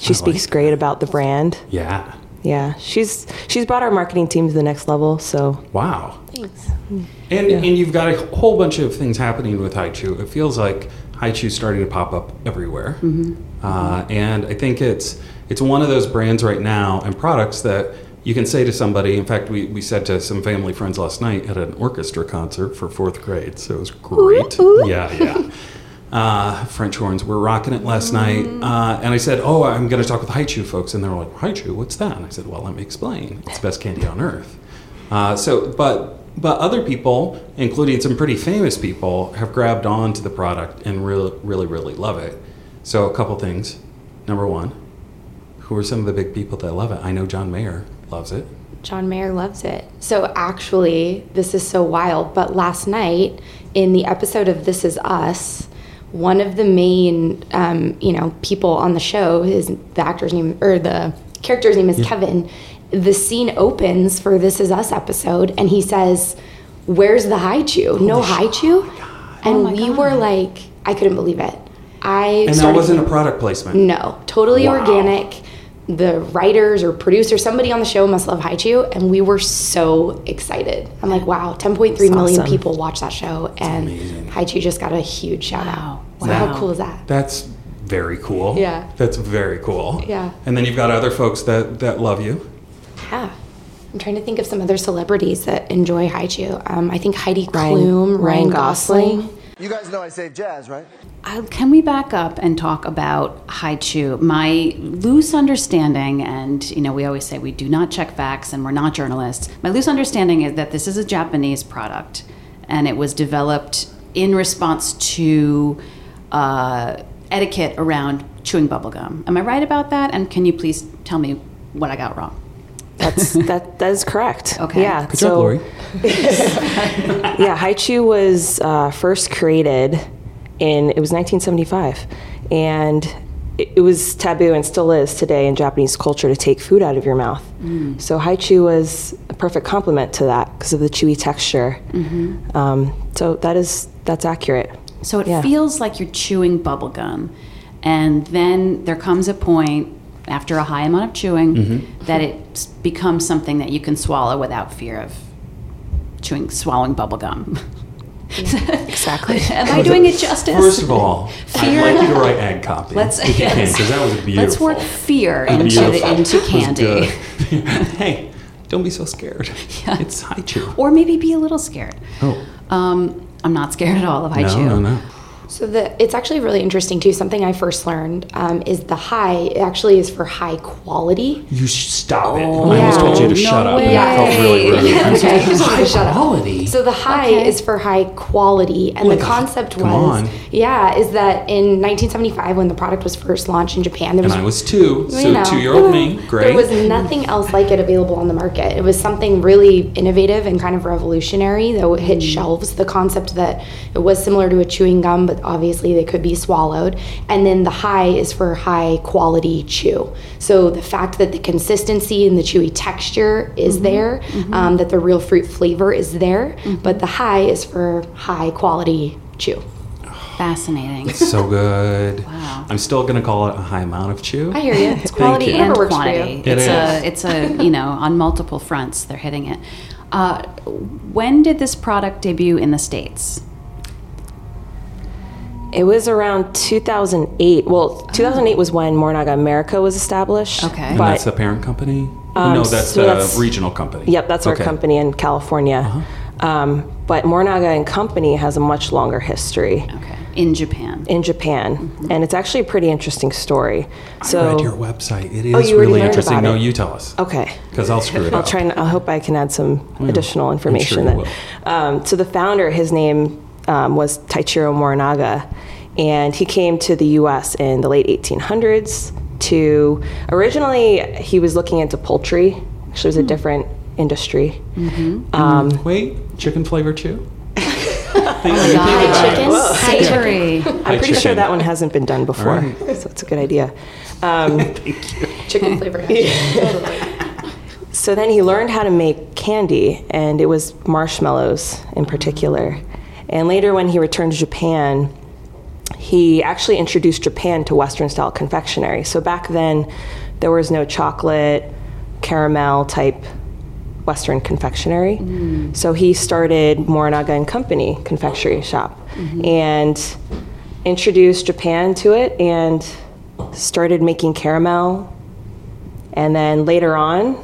S1: like
S4: speaks great about the brand
S1: yeah.
S4: yeah she's she's brought our marketing team to the next level so
S1: Wow.
S3: Thanks.
S1: And and you've got a whole bunch of things happening with Haichu. It feels like Haichu's starting to pop up everywhere. Uh, and I think it's it's one of those brands right now and products that you can say to somebody. In fact, we, we said to some family friends last night at an orchestra concert for fourth grade, so it was great. Yeah, yeah. Uh, French horns were rocking it last night. Uh, and I said, Oh, I'm going to talk with Haichu folks. And they were like, Haichu, what's that? And I said, Well, let me explain. It's the best candy on earth. Uh, so, but but other people, including some pretty famous people, have grabbed on to the product and really, really, really love it. So, a couple things. Number one, who are some of the big people that love it? I know John Mayer loves it.
S3: John Mayer loves it. So actually, this is so wild, but last night in the episode of This Is Us, one of the main, um, you know, people on the show is the actor's name or the character's name is Kevin. The scene opens for This Is Us episode, and he says, "Where's the high chew? No high
S1: Oh
S3: chew." And we were like, I couldn't believe it. I
S1: And that
S3: started-
S1: wasn't a product placement.
S3: no, totally
S1: Wow.
S3: organic. The writers or producer, somebody on the show must love Haichu, and we were so excited. I'm like, wow, 10.3 million
S4: awesome.
S3: people watch that show, and
S1: amazing.
S3: Haichu just got a huge shout out. So
S2: Wow.
S3: how cool is that?
S1: That's very cool.
S3: Yeah.
S1: That's very cool.
S3: Yeah.
S1: And then you've got other folks that, that love you.
S3: Yeah. I'm trying to think of some other celebrities that enjoy Haichu. Um, I think Heidi
S4: Ryan-
S3: Klum, Ryan,
S4: Ryan
S3: Gosling.
S4: Gosling.
S5: You guys know I save jazz, right?
S2: Uh, Can we back up and talk about haichu? My loose understanding, and you know, we always say we do not check facts and we're not journalists. My loose understanding is that this is a Japanese product, and it was developed in response to uh, etiquette around chewing bubblegum. Am I right about that? And can you please tell me what I got wrong?
S4: that's that that is correct
S2: Okay.
S4: yeah
S1: Good
S4: so
S1: job, Lori.
S4: yeah haichu was uh, first created in it was 1975 and it, it was taboo and still is today in japanese culture to take food out of your mouth so haichu was a perfect complement to that because of the chewy texture um, so that is that's accurate
S2: So it
S4: Yeah.
S2: feels like you're chewing bubble gum. And then there comes a point after a high amount of chewing
S4: Mm-hmm.
S2: that it s- becomes something that you can swallow without fear of chewing swallowing bubble gum.
S4: exactly
S2: Am I doing it justice?
S1: First of all,
S2: Fear-
S1: I'd like you to write ad copy.
S2: Let's-
S1: if you can, because that was beautiful.
S2: Let's work fear into the, into candy.
S1: hey, don't be so scared. It's high chew.
S2: Or maybe be a little scared.
S1: Oh.
S2: Um, I'm not scared at all of I
S1: No,
S2: chew.
S1: no, no.
S3: So the it's actually really interesting too. Something I first learned um, is the high it actually is for high quality.
S1: You sh- stop it.
S4: Oh,
S1: I almost told you to
S2: No
S1: shut up, and that
S2: way.
S1: felt really rude.
S3: Okay.
S1: High quality.
S3: So the high is for high quality, and the concept
S1: come
S3: was
S1: on.
S3: yeah is that in 1975 when the product was first launched in Japan there was
S1: and I was two,
S3: you
S1: so
S3: know,
S1: two-year-old me, great.
S3: There was nothing else like it available on the market. It was something really innovative and kind of revolutionary, though it
S1: Mm.
S3: hit shelves. The concept that it was similar to a chewing gum, but obviously they could be swallowed. And then the high is for high quality chew. So the fact that the consistency and the chewy texture is
S1: Mm-hmm.
S3: there, um, that the real fruit flavor is there, but the high is for high quality chew.
S2: Fascinating.
S1: so good. I'm still gonna call it a high amount of chew.
S3: I hear you. It's
S1: you.
S3: quality
S2: and
S3: and works for you.
S2: quantity. it's a it's a you know on multiple fronts they're hitting it. Uh, when did this product debut in the states?
S4: It was around 2008. Well, 2008 was when Mornaga America was established.
S2: Okay.
S4: But Um,
S1: and that's the parent company. no, that's
S4: so
S1: the
S4: that's-
S1: regional company.
S4: Yep, that's
S1: Okay. Uh-huh.
S4: our company in California. Um, but Mornaga and Company has a much longer history
S2: Okay, in Japan.
S4: in Japan, and it's actually a pretty interesting story. So, Oh,
S1: Read your website. It is
S4: you already
S1: really
S4: learned
S1: interesting.
S4: about
S1: No,
S4: it.
S1: you tell us.
S4: okay,
S1: Because I'll screw it
S4: I'll
S1: up.
S4: try and I hope I can add some additional
S1: you
S4: information. then.
S1: will.
S4: Um, so the founder, his name um, was Taichiro Morinaga, and he came to the U.S. in the late 1800s. To originally, he was looking into poultry. Actually, it was a different industry. Um,
S1: Wait, chicken flavor chew?
S3: Chicken,
S2: Savory.
S4: I'm pretty sure
S1: chicken.
S4: that one hasn't been done before,
S1: right.
S4: so it's a good idea.
S3: chicken flavor. Totally.
S4: So then he learned how to make candy, and it was marshmallows in particular. And later, when he returned to Japan, he actually introduced Japan to Western style confectionery. So back then, there was no chocolate, caramel type Western confectionery. So he started Morinaga and Company confectionery shop and introduced Japan to it and started making caramel and then later on,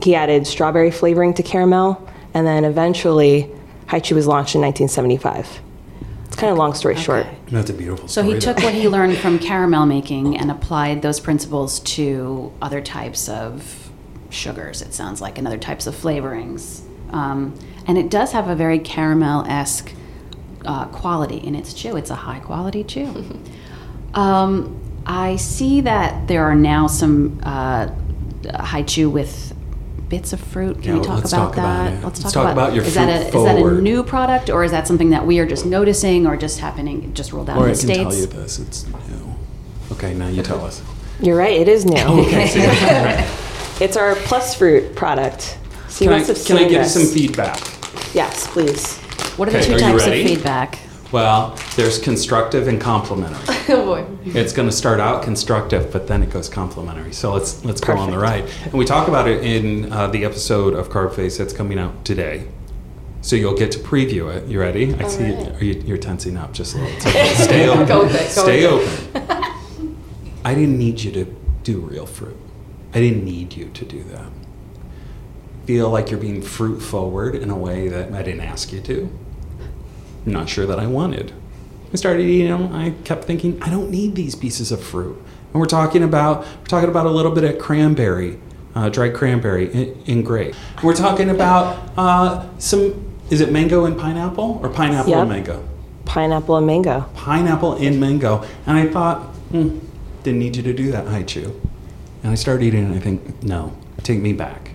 S4: he added strawberry flavoring to caramel. And then eventually, Haichu was launched in 1975. It's kind of long story short.
S1: That's a beautiful
S2: So
S1: story.
S2: he took what he learned from caramel making and applied those principles to other types of sugars, it sounds like, and other types of flavorings. Um, and it does have a very caramel esque uh, quality in its chew. It's a high quality chew. um, I see that there are now some uh, high chew with bits of fruit. Can
S1: Yeah,
S2: we talk
S1: let's
S2: about
S1: talk about
S2: that?
S1: it. Let's talk about your
S2: is that a,
S1: fruit
S2: is that a
S1: forward.
S2: new product or is that something that we are just noticing or just happening, just rolled out
S1: Or
S2: in
S1: I
S2: the
S1: can
S2: States?
S1: tell you this. It's new. Okay, now you tell us.
S4: You're right, it is new.
S1: Okay, so
S4: it's our plus fruit product. So you
S1: can I,
S4: must have
S1: can I
S4: seen
S1: give
S4: this.
S1: some feedback?
S4: Yes, please.
S2: What are the
S1: Okay,
S2: two
S1: are you
S2: types of
S1: ready?
S2: feedback?
S1: Well, there's constructive and complimentary.
S3: Oh boy.
S1: It's going to start out constructive, but then it goes complimentary. So let's let's go on the right. And we talk about it in uh, the episode of Carb Face that's coming out today. So you'll get to preview it. You ready? I see you, are you, you're tensing up just a little. It's okay. Stay open.
S3: Go with it, go
S1: Stay
S3: with
S1: open. I didn't need you to do real fruit. I didn't need you to do that. Feel like you're being fruit forward in a way that I didn't ask you to. I'm not sure that I wanted. I started eating them. I kept thinking, I don't need these pieces of fruit. And we're talking about we're talking about a little bit of cranberry, uh, dried cranberry in, in grape. We're talking about uh, some. Is it mango and pineapple or pineapple and
S4: Yep.
S1: mango?
S4: Pineapple and mango.
S1: Pineapple and mango. And I thought, hmm, didn't need you to do that, Haichu. And I started eating, and I think, no, take me back.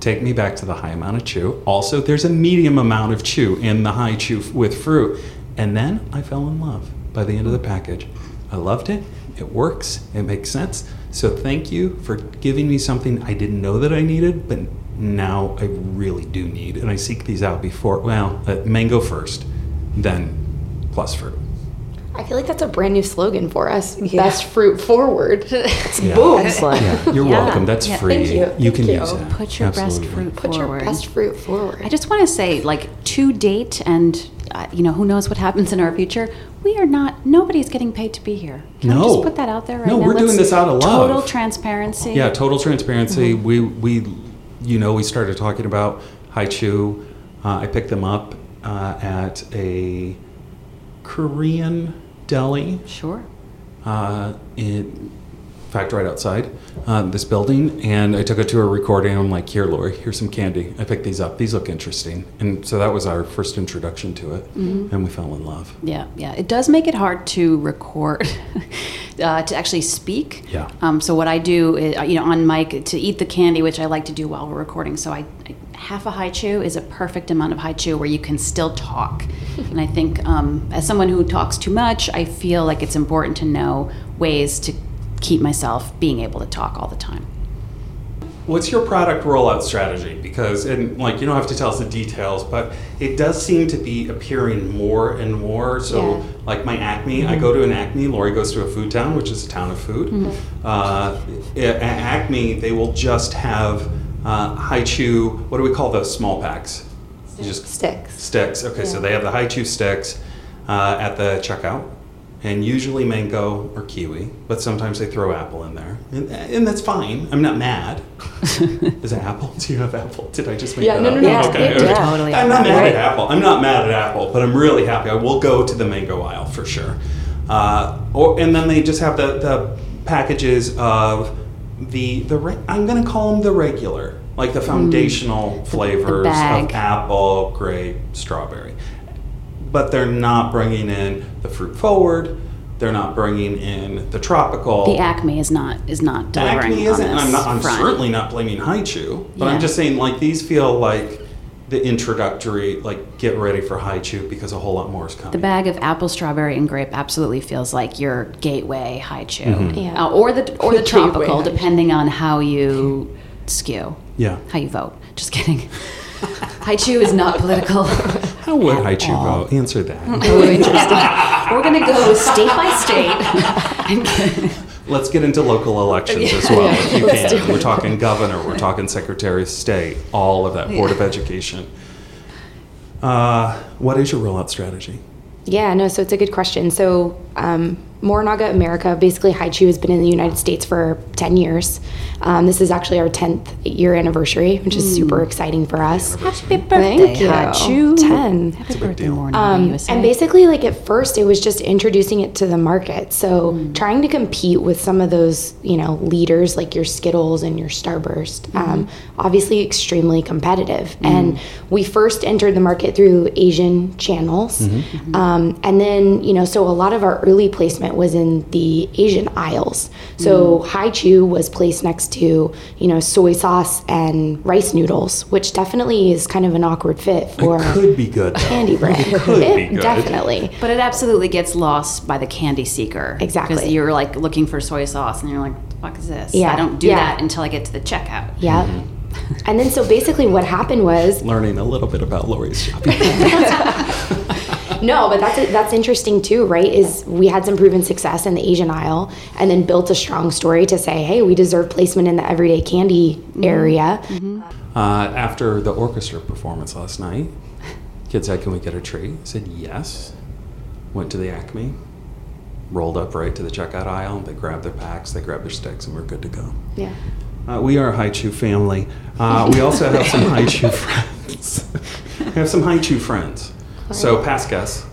S1: Take me back to the high amount of chew. Also, there's a medium amount of chew in the high chew f- with fruit. And then I fell in love by the end of the package. I loved it. It works. It makes sense. So thank you for giving me something I didn't know that I needed, but now I really do need. And I seek these out before, well, uh, mango first, then plus fruit.
S3: I feel like that's a brand new slogan for us. Best fruit forward.
S1: Boom.
S4: Excellent.
S1: You're welcome. That's
S2: Yeah.
S1: free.
S3: Thank you. Thank
S1: can
S3: you.
S1: use it.
S2: Put your
S1: Absolutely.
S2: best fruit
S3: Put your
S2: forward.
S3: best fruit forward.
S2: I just want to say, like, to date, and uh, you know, who knows what happens in our future. We are not. Nobody's getting paid to be here. Can we
S1: No.
S2: just put that out there right
S1: No,
S2: now?
S1: we're doing this out of love.
S2: Total transparency.
S1: Yeah, total transparency.
S2: Mm-hmm.
S1: We we you know we started talking about haichu. Uh, I picked them up uh, at a Korean deli
S2: Sure.
S1: uh, in in fact right outside uh, this building and i took it to a recording and i'm like here lori here's some candy i picked these up these look interesting and so that was our first introduction to it
S2: Mm-hmm.
S1: and we fell in love
S2: Yeah, yeah. It does make it hard to record, uh, to actually speak.
S1: Yeah.
S2: Um, so what I do is, uh, you know, on mic to eat the candy, which I like to do while we're recording. So I, I half a high chew is a perfect amount of high chew where you can still talk. and I think um, as someone who talks too much, I feel like it's important to know ways to keep myself being able to talk all the time.
S1: What's your product rollout strategy? Because, and like, you don't have to tell us the details, but it does seem to be appearing more and more. So,
S3: Yeah.
S1: like my Acme, I go to an Acme, Lori goes to a food town, which is a town of food. Uh, i- at Acme, they will just have uh, high chew, what do we call those small packs? You just
S3: Sticks.
S1: sticks. Okay, so
S3: Yeah.
S1: they have the high chew sticks uh, at the checkout, and usually mango or kiwi, but sometimes they throw apple in there, and, and that's fine. I'm not mad. Is it apple? Do you have apple? Did I just make
S3: Yeah,
S1: that
S3: no,
S1: up? Oh,
S3: no, no, yeah,
S1: Okay.
S3: yeah,
S1: okay.
S4: totally.
S1: I'm not mad
S4: Right.
S1: at apple. I'm not mad at apple, but I'm really happy. I will go to the mango aisle for sure. Uh, or and then they just have the, the packages of the the re- I'm going to call them the regular, like the foundational flavors
S2: bag.
S1: of apple, grape, strawberry. But they're not bringing in the fruit forward. They're not bringing in the tropical.
S2: The Acme is not is not delivering
S1: Oh. Acme
S2: on
S1: isn't. and
S2: this
S1: I'm, not, I'm
S2: front.
S1: certainly not blaming Haichu, but
S2: Yeah.
S1: I'm just saying like these feel like the introductory, like get ready for Haichu because a whole lot more is coming.
S2: The bag of apple, strawberry, and grape absolutely feels like your gateway high chew,
S1: Mm-hmm.
S3: Yeah.
S2: Uh, or the or the,
S3: The gateway
S2: tropical,
S3: high chew.
S2: depending on how you skew,
S1: yeah.
S2: how you vote. Just kidding. high chew is not political.
S1: How would Haichu go? Answer that.
S2: Ooh, interesting. We're gonna go state by state. And get-
S1: Let's get into local elections as well, if you can. We're talking governor, we're talking secretary of state, all of that, board of education. Uh, what is your rollout strategy?
S3: Yeah, no, so it's a good question. So, um, Morinaga America, basically, Haichu has been in the United States for 10 years. Um, this is actually our 10th year anniversary, which is super exciting for us.
S2: Hmm. Happy
S3: Thank
S2: birthday, high chew.
S3: you. 10.
S2: Happy birthday,
S1: deal.
S2: morning, USA.
S3: And basically, like at first, it was just introducing it to the market. So trying to compete with some of those, you know, leaders like your Skittles and your Starburst, um, obviously extremely competitive. And we first entered the market through Asian channels, um, and then you know, so a lot of our early placement was in the Asian aisles. So Hai Chu was placed next to you know soy sauce and rice noodles, which definitely is kind of an awkward fit for
S1: Could be good. though.
S3: candy brand.
S1: could be
S3: It-
S1: good. Mm-hmm.
S3: Definitely.
S2: But it absolutely gets lost by the candy seeker. Because
S3: Exactly.
S2: you're like looking for soy sauce and you're like, what the fuck is this?
S3: Yeah,
S2: I don't do
S3: yeah.
S2: that until I get to the checkout.
S3: Yep. And then so basically what happened was
S1: Learning a little bit about Lori's shopping.
S3: no, but that's that's interesting too, right? Is we had some proven success in the Asian aisle and then built a strong story to say, hey, we deserve placement in the everyday candy
S1: Mm-hmm.
S3: area.
S1: Uh, after the orchestra performance last night, kid said, Can we get a tree? I said, Yes. Went to the Acme, rolled up right to the checkout aisle, they grabbed their packs, they grabbed their sticks, and we're good to go.
S3: Yeah.
S1: Uh, we are a Haichu family. Uh, we also have some Haichu friends. we have some Haichu friends. So, past guest,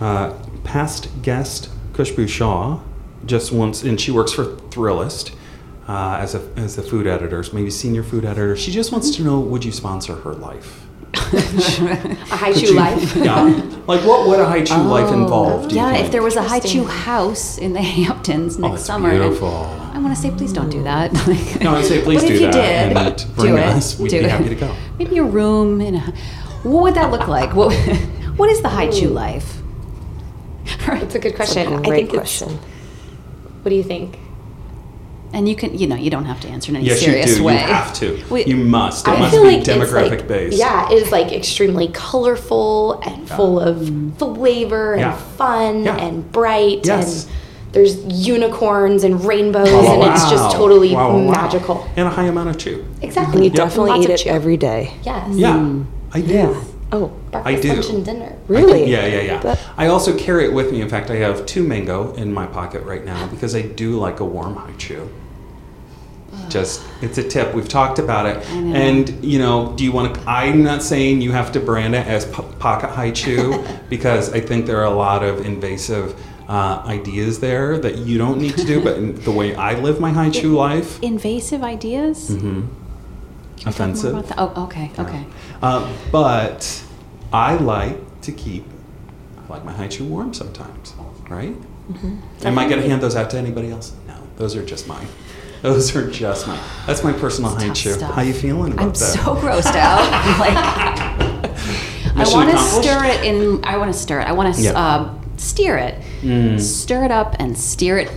S1: uh, past guest Kushbu Shaw just once, and she works for Thrillist uh, as, a, as the food editor, so maybe senior food editor. She just wants to know would you sponsor her life?
S3: A high
S1: Could
S3: shoe
S1: you-
S3: life.
S1: Yeah. Like, what would a Haichu life involve? Do you
S2: Oh, Yeah, if
S1: think?
S2: there was a high
S3: Interesting.
S2: chew house in the Hamptons next
S1: that's
S2: summer.
S1: Oh, beautiful.
S2: I want to say, please don't do that. Like,
S1: No, I'd say please
S2: but
S1: do
S2: if you
S1: that
S2: Did,
S1: and bring
S2: do it,
S1: us. We'd
S2: do
S1: be
S2: it.
S1: happy to go.
S2: Maybe a room in a. What would that look like? What, what is the high chew life?
S3: That's a good question. I
S4: Great
S3: think
S4: question.
S3: It's, what do you think?
S2: And you can, you know, you don't have to answer in any
S1: Yes,
S2: serious
S1: you do.
S2: way.
S1: You have to.
S2: We-
S1: you must. It
S3: I
S1: must
S3: feel
S1: be
S3: like
S1: demographic
S3: it's like,
S1: based.
S3: Yeah, it is like extremely colorful and full of flavor and
S1: Yeah.
S3: fun
S1: Yeah.
S3: and bright
S1: Yes.
S3: and there's unicorns and rainbows
S1: Wow,
S3: and it's
S1: wow.
S3: just totally
S1: Wow, wow, wow.
S3: magical.
S1: And a high amount of chew.
S3: Exactly.
S4: You definitely
S3: Lots
S4: eat
S3: of
S4: it
S3: chew.
S4: every day.
S3: Yes.
S1: Yeah, I do.
S4: Oh,
S3: Breakfast,
S1: do.
S3: lunch, and dinner.
S4: really?
S1: Yeah, yeah, yeah.
S4: That-
S1: I also carry it with me. In fact, I have two mango in my pocket right now because I do like a warm high chew. Just it's a tip. We've talked about it, and you know, do you want to? I'm not saying you have to brand it as po- pocket haichu because I think there are a lot of invasive uh, ideas there that you don't need to do. But in the way I live my haichu life,
S2: Invasive ideas?
S1: Mm-hmm. offensive.
S2: What the- oh, okay, okay.
S1: Uh, but I like to keep, I like my haichu warm sometimes, right?
S2: Mm-hmm.
S1: Am I going to hand those out to anybody else? No, those are just mine. Those are just mine. That's my personal haichu.
S2: stuff.
S1: How you feeling about
S2: I'm
S1: that?
S2: so grossed out. I'm like, I
S1: Mission
S2: want to
S1: accomplished?
S2: stir it in. I want to stir it. I want to
S1: Yeah. Mm.
S2: uh, steer it. Stir it up and steer it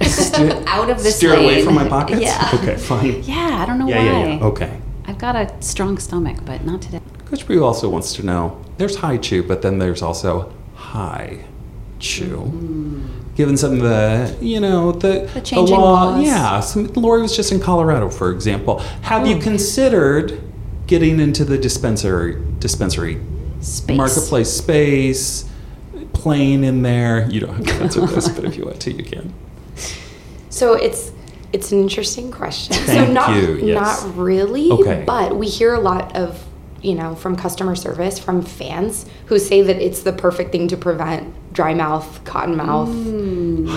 S2: out of this
S1: Steer away
S2: lane.
S1: from my pockets.
S2: Yeah.
S1: Okay, fine.
S2: Yeah, I don't know
S1: Yeah,
S2: why.
S1: yeah, yeah. Okay.
S2: I've got a strong stomach, but not today.
S1: Coach Brew also wants to know there's high chew, but then there's also high chew. Given some of the, you know, the, the,
S2: Mm-hmm. changing
S1: law.
S2: laws.
S1: Yeah. Some, Lori was just in Colorado, for example. Have
S2: Oh.
S1: you considered getting into the dispensary, dispensary
S2: Space.
S1: marketplace space, playing in there? You don't have to answer this, but if you want to, you can.
S3: So it's it's an interesting question.
S1: Thank
S3: so not
S1: you, yes.
S3: not really,
S1: Okay.
S3: but we hear a lot of you know from customer service from fans who say that it's the perfect thing to prevent dry mouth, cotton mouth.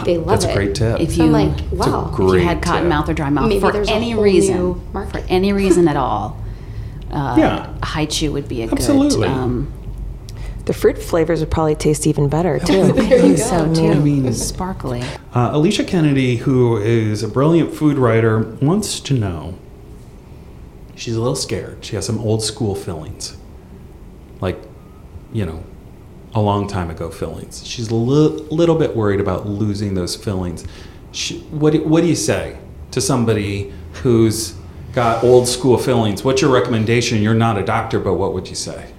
S3: They love
S1: That's
S3: it.
S1: a great tip.
S2: If
S3: So
S2: you
S3: I'm like,
S1: It's a
S3: wow.
S2: if you
S1: great
S2: had cotton
S1: tip.
S2: mouth or dry mouth
S3: Maybe
S2: for
S3: there's a
S2: any
S3: whole
S2: reason,
S3: new
S2: for
S3: market.
S2: any reason at all, uh,
S1: Yeah.
S2: high chew would be a
S1: Absolutely.
S2: good. Um,
S4: The fruit flavors would probably taste even better too.
S2: I think so too.
S1: I mean-
S2: sparkly.
S1: Uh, Alicia Kennedy, who is a brilliant food writer, wants to know. She's a little scared. She has some old school feelings, like, you know, a long time ago feelings. She's a li- little bit worried about losing those feelings. She, what, do- what do you say to somebody who's got old school feelings? What's your recommendation? You're not a doctor, but what would you say?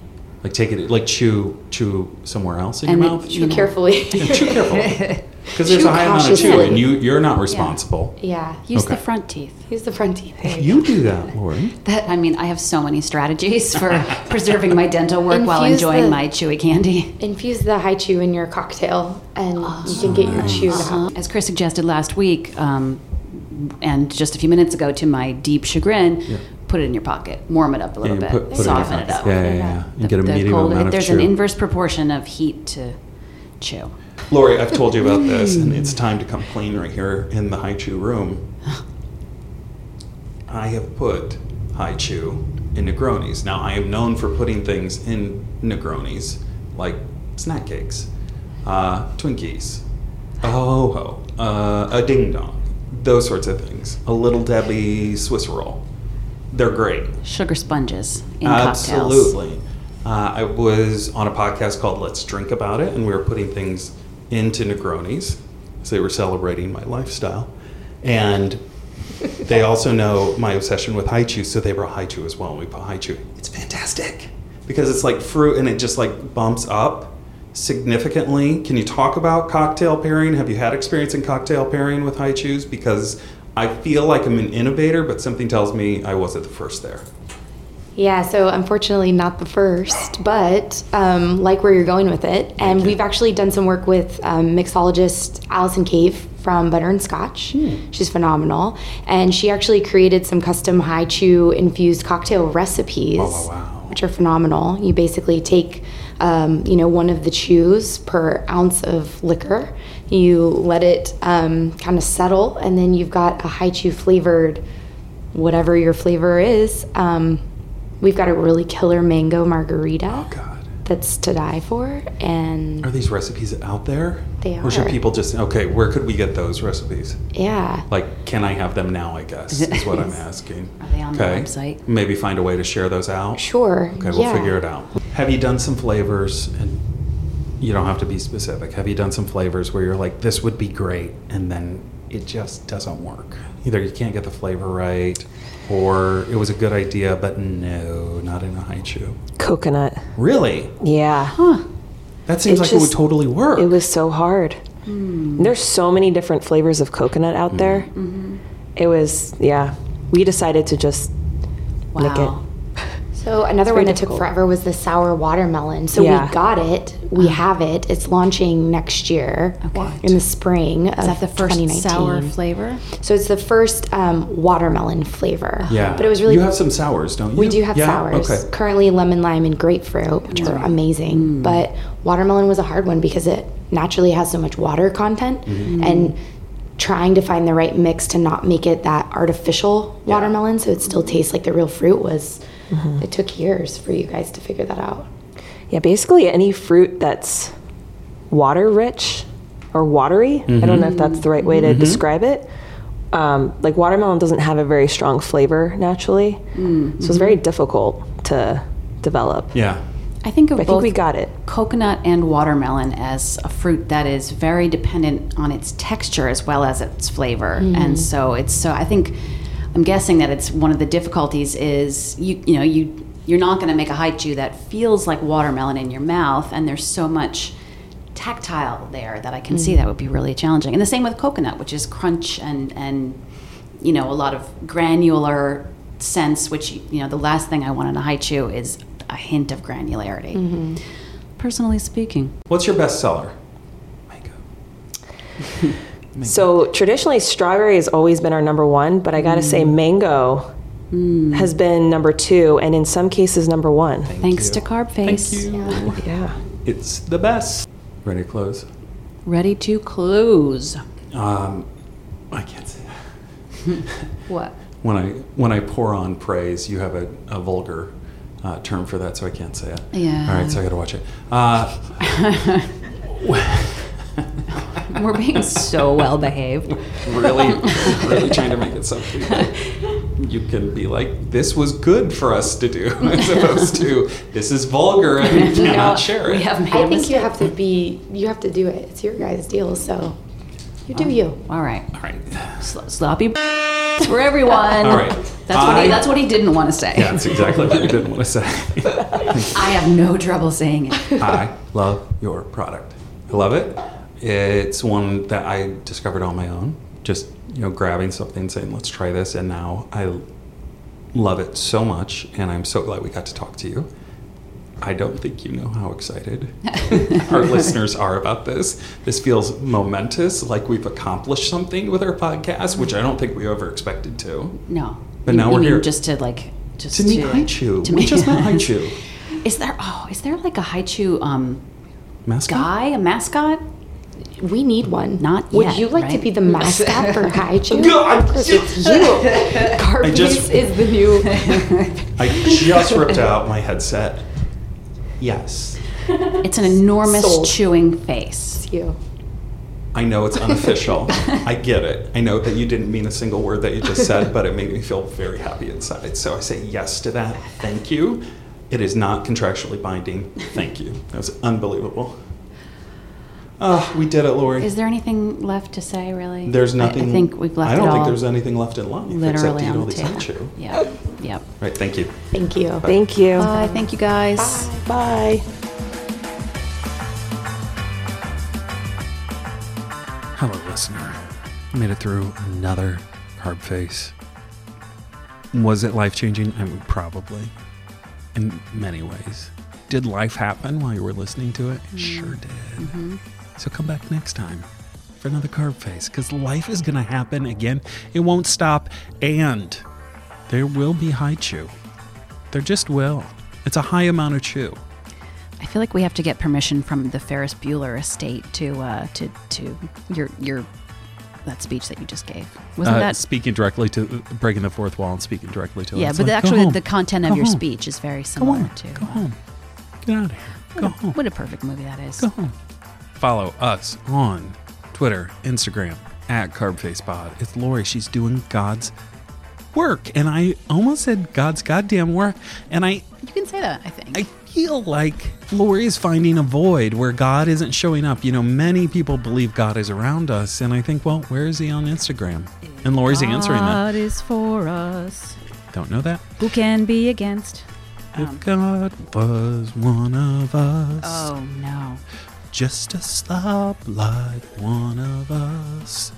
S1: Like take it, like chew, chew somewhere else in
S2: And
S1: your
S2: it-
S1: mouth.
S3: Chew carefully.
S1: Chew careful. Because there's
S3: Chew
S1: a high amount of chew,
S3: cautiously.
S1: and you, you're not responsible.
S3: yeah.
S2: Use the
S1: Okay.
S2: front teeth.
S3: Use the front teeth.
S1: You do that, Lori.
S2: That I mean, I have so many strategies for preserving my dental work while
S3: Infuse
S2: enjoying
S3: the-
S2: my chewy candy.
S3: Infuse the high chew in your cocktail, and you can get
S1: Ah.
S3: your chew out.
S2: As Chris suggested last week, um, and just a few minutes ago, to my deep chagrin, put it in your pocket, warm it up a little bit,
S1: put- put it in your
S2: soften it,
S1: pocket.
S2: up.
S1: Yeah, yeah, yeah. You get a
S2: The
S1: medium
S2: cold-
S1: amount of
S2: there's
S1: chew.
S2: an inverse proportion of heat to chew.
S1: Lori, I've told you about this, and it's time to come clean right here in the high chew room. I have put high chew in Negronis. Now, I am known for putting things in Negronis, like snack cakes, uh, Twinkies, a ho ho, ho, uh, a ding dong, those sorts of things. A little Debbie Swiss roll. They're great.
S2: Sugar sponges in cocktails.
S1: Absolutely. Uh, I was on a podcast called Let's Drink About It, and we were putting things into Negronis because they were celebrating my lifestyle. And they also know my obsession with haichu, so they brought haichu as well. And we put haichu. It's fantastic because it's like fruit and it just like bumps up significantly. Can you talk about cocktail pairing? Have you had experience in cocktail pairing with haichus? Because I feel like I'm an innovator, but something tells me I wasn't the first there.
S3: Yeah, so unfortunately, not the first, but um, like where you're going with it. And we've actually done some work with um, mixologist Allison Cave from Butter and Scotch. She's phenomenal. And she actually created some custom high chew infused cocktail recipes, which are phenomenal. You basically take um, you know, one of the chews per ounce of liquor. You let it um, kind of settle, and then you've got a high chew flavored whatever your flavor is. Um, we've got a really killer mango margarita
S1: Oh, God.
S3: that's to die for, and
S1: Are these recipes out there?
S3: They
S1: Or should
S3: are.
S1: people just okay? Where could we get those recipes?
S3: yeah,
S1: Like, can I have them now? I guess is what I'm asking. Are
S2: they on the website?
S1: Maybe find a way to share those out.
S3: sure.
S1: Okay, we'll
S3: yeah.
S1: figure it out. Have you done some flavors, and you don't have to be specific. Have you done some flavors where you're like, this would be great, and then it just doesn't work? Either you can't get the flavor right, or it was a good idea, but no, not in a haichu.
S4: Coconut.
S1: Really?
S4: Yeah.
S1: That seems
S4: It
S1: like it would
S4: just-
S1: totally work.
S4: It was so hard. There's so many different flavors of coconut out there. It was, yeah. We decided to just nick
S2: Wow.
S4: it.
S3: So another
S4: very
S3: one that took
S4: difficult.
S3: forever was the sour watermelon. So
S4: Yeah.
S3: we got it. We
S2: Uh-huh.
S3: have it. It's launching next year in the spring of
S2: Is that the first
S3: 2019.
S2: sour flavor?
S3: So it's the first um, watermelon flavor.
S6: Yeah.
S3: But it was really
S6: You have some sours, don't you?
S3: we do have
S6: yeah?
S3: sours.
S6: Okay. Mm.
S3: Currently, lemon, lime, and grapefruit, which are amazing. But watermelon was a hard one because it naturally has so much water content,
S6: Mm-hmm.
S3: and trying to find the right mix to not make it that artificial watermelon, so it still tastes like the real fruit was.
S6: Mm-hmm.
S3: It took years for you guys to figure that out.
S4: Yeah, basically any fruit that's water rich or watery. I don't know if that's the right way to describe it. Um, like watermelon doesn't have a very strong flavor naturally, so it's very difficult to develop.
S6: Yeah.
S2: I think of
S4: But I
S2: both
S4: think we got it.
S2: coconut and watermelon as a fruit that is very dependent on its texture as well as its flavor. And so it's so I think I'm guessing that it's one of the difficulties is you you know you you're not going to make a haichu that feels like watermelon in your mouth and there's so much tactile there that I can see that would be really challenging. And the same with coconut, which is crunch and and you know a lot of granular sense which you know the last thing I want in a haichu is a hint of granularity.
S6: Mm-hmm.
S2: Personally speaking,
S6: What's your best seller?
S4: So traditionally, strawberry has always been our number one, but I gotta say, mango has been number two, and in some cases, number one.
S2: thanks to Carb Face.
S4: Yeah.
S6: It's the best. Ready to close?
S2: Ready to close.
S6: Um, I can't say that.
S2: What?
S6: When I when I pour on praise, you have a, a vulgar uh, term for that, so I can't say it.
S2: Yeah.
S6: All right, so I got to watch it. Uh,
S2: We're being so well behaved.
S6: really, really trying to make it something that you can be like, this was good for us to do, as opposed to this is vulgar and we cannot share it.
S2: Uh, We have made a
S3: I think
S2: mistake.
S3: you have to be, you have to do it. It's your guys' deal, so you do you.
S2: All right.
S6: All right.
S2: Sl- sloppy b- for everyone.
S6: All right.
S2: That's what,
S6: I-
S2: he, that's what he didn't want to say.
S6: That's exactly what I didn't want to say.
S2: I have no trouble saying it.
S6: I love your product. I love it. It's one that I discovered on my own, just you know, grabbing something, saying, "Let's try this," and now I love it so much, and I'm so glad we got to talk to you. I don't think you know how excited our listeners are about this. This feels momentous, like we've accomplished something with our podcast, which I don't think we ever expected to.
S2: No.
S6: But
S2: You-
S6: now
S2: you
S6: we're
S2: mean
S6: here.
S2: Just to like, just
S6: To meet Haichu,
S2: to
S6: we
S2: meet-
S6: just met Haichu.
S2: Is there? Oh, is there like a haichu um,
S6: Mascot?
S2: guy, a mascot?
S3: We need one.
S2: Not
S3: Would
S2: yet,
S3: you like to
S2: right?
S3: be the mascot for Kaiju?
S6: God,
S3: it's you.
S6: I just
S3: Carface is the new.
S6: I just ripped out my headset. Yes.
S2: It's an enormous
S3: Sold.
S2: chewing face.
S3: you.
S6: I know it's unofficial. I get it. I know that you didn't mean a single word that you just said, but it made me feel very happy inside. So I say yes to that. Thank you. It is not contractually binding. Thank you. That was unbelievable. Ah, we did it, Lori.
S2: Is there anything left to say, really?
S6: there's
S2: I-
S6: nothing.
S2: I, think we've left
S6: I don't
S2: it
S6: think
S2: all
S6: there's anything left in line except
S2: literally
S6: to eat all
S2: on the
S6: these Haichu.
S2: table. Yep. Yep.
S6: Right. Thank you.
S3: Thank you.
S4: Thank you.
S2: Bye. Uh, Thank you guys.
S4: Bye.
S1: Hello, listener. Made it through another carb face. Was it life changing? I mean, probably. In many ways. Did life happen while you were listening to it? It
S2: Mm-hmm.
S1: Sure did. So come back next time for another carb face because life is going to happen again. It won't stop. And there will be high chew. There just will. It's a high amount of chew.
S2: I feel like we have to get permission from the Ferris Bueller estate to uh, to to your your that speech that you just gave. Wasn't
S1: Uh,
S2: that
S1: speaking directly to breaking the fourth wall and speaking directly to
S2: yeah?
S1: us.
S2: But
S1: Like, go
S2: actually,
S1: home.
S2: the content
S1: Go
S2: of your
S1: home.
S2: speech is very
S1: Go
S2: similar
S1: on.
S2: to.
S1: Go
S2: uh,
S1: home. Get out of here. Go home.
S2: What a perfect movie that is.
S1: Go home. Follow us on Twitter, Instagram, at CarbFacePod. It's Lori. She's doing God's work. And I almost said God's goddamn work. And I,
S2: You can say that. I think.
S1: I feel like Lori is finding a void where God isn't showing up. You know, many people believe God is around us. And I think, well, where is he on Instagram? And Lori's answering that.
S2: God is for us.
S1: Don't know that.
S2: Who can be against?
S1: If God was one of us.
S2: Um, Oh no.
S1: Just a stop like one of us.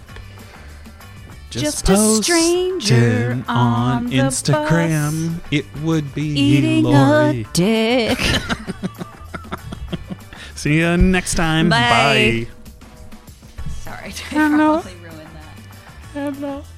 S2: Just a stranger
S1: posting
S2: on the
S1: Instagram. It would be
S2: Eating
S1: Lori.
S2: a dick.
S1: See you next time.
S2: Bye.
S1: Bye.
S2: Sorry, I probably ruined that.
S1: Bye.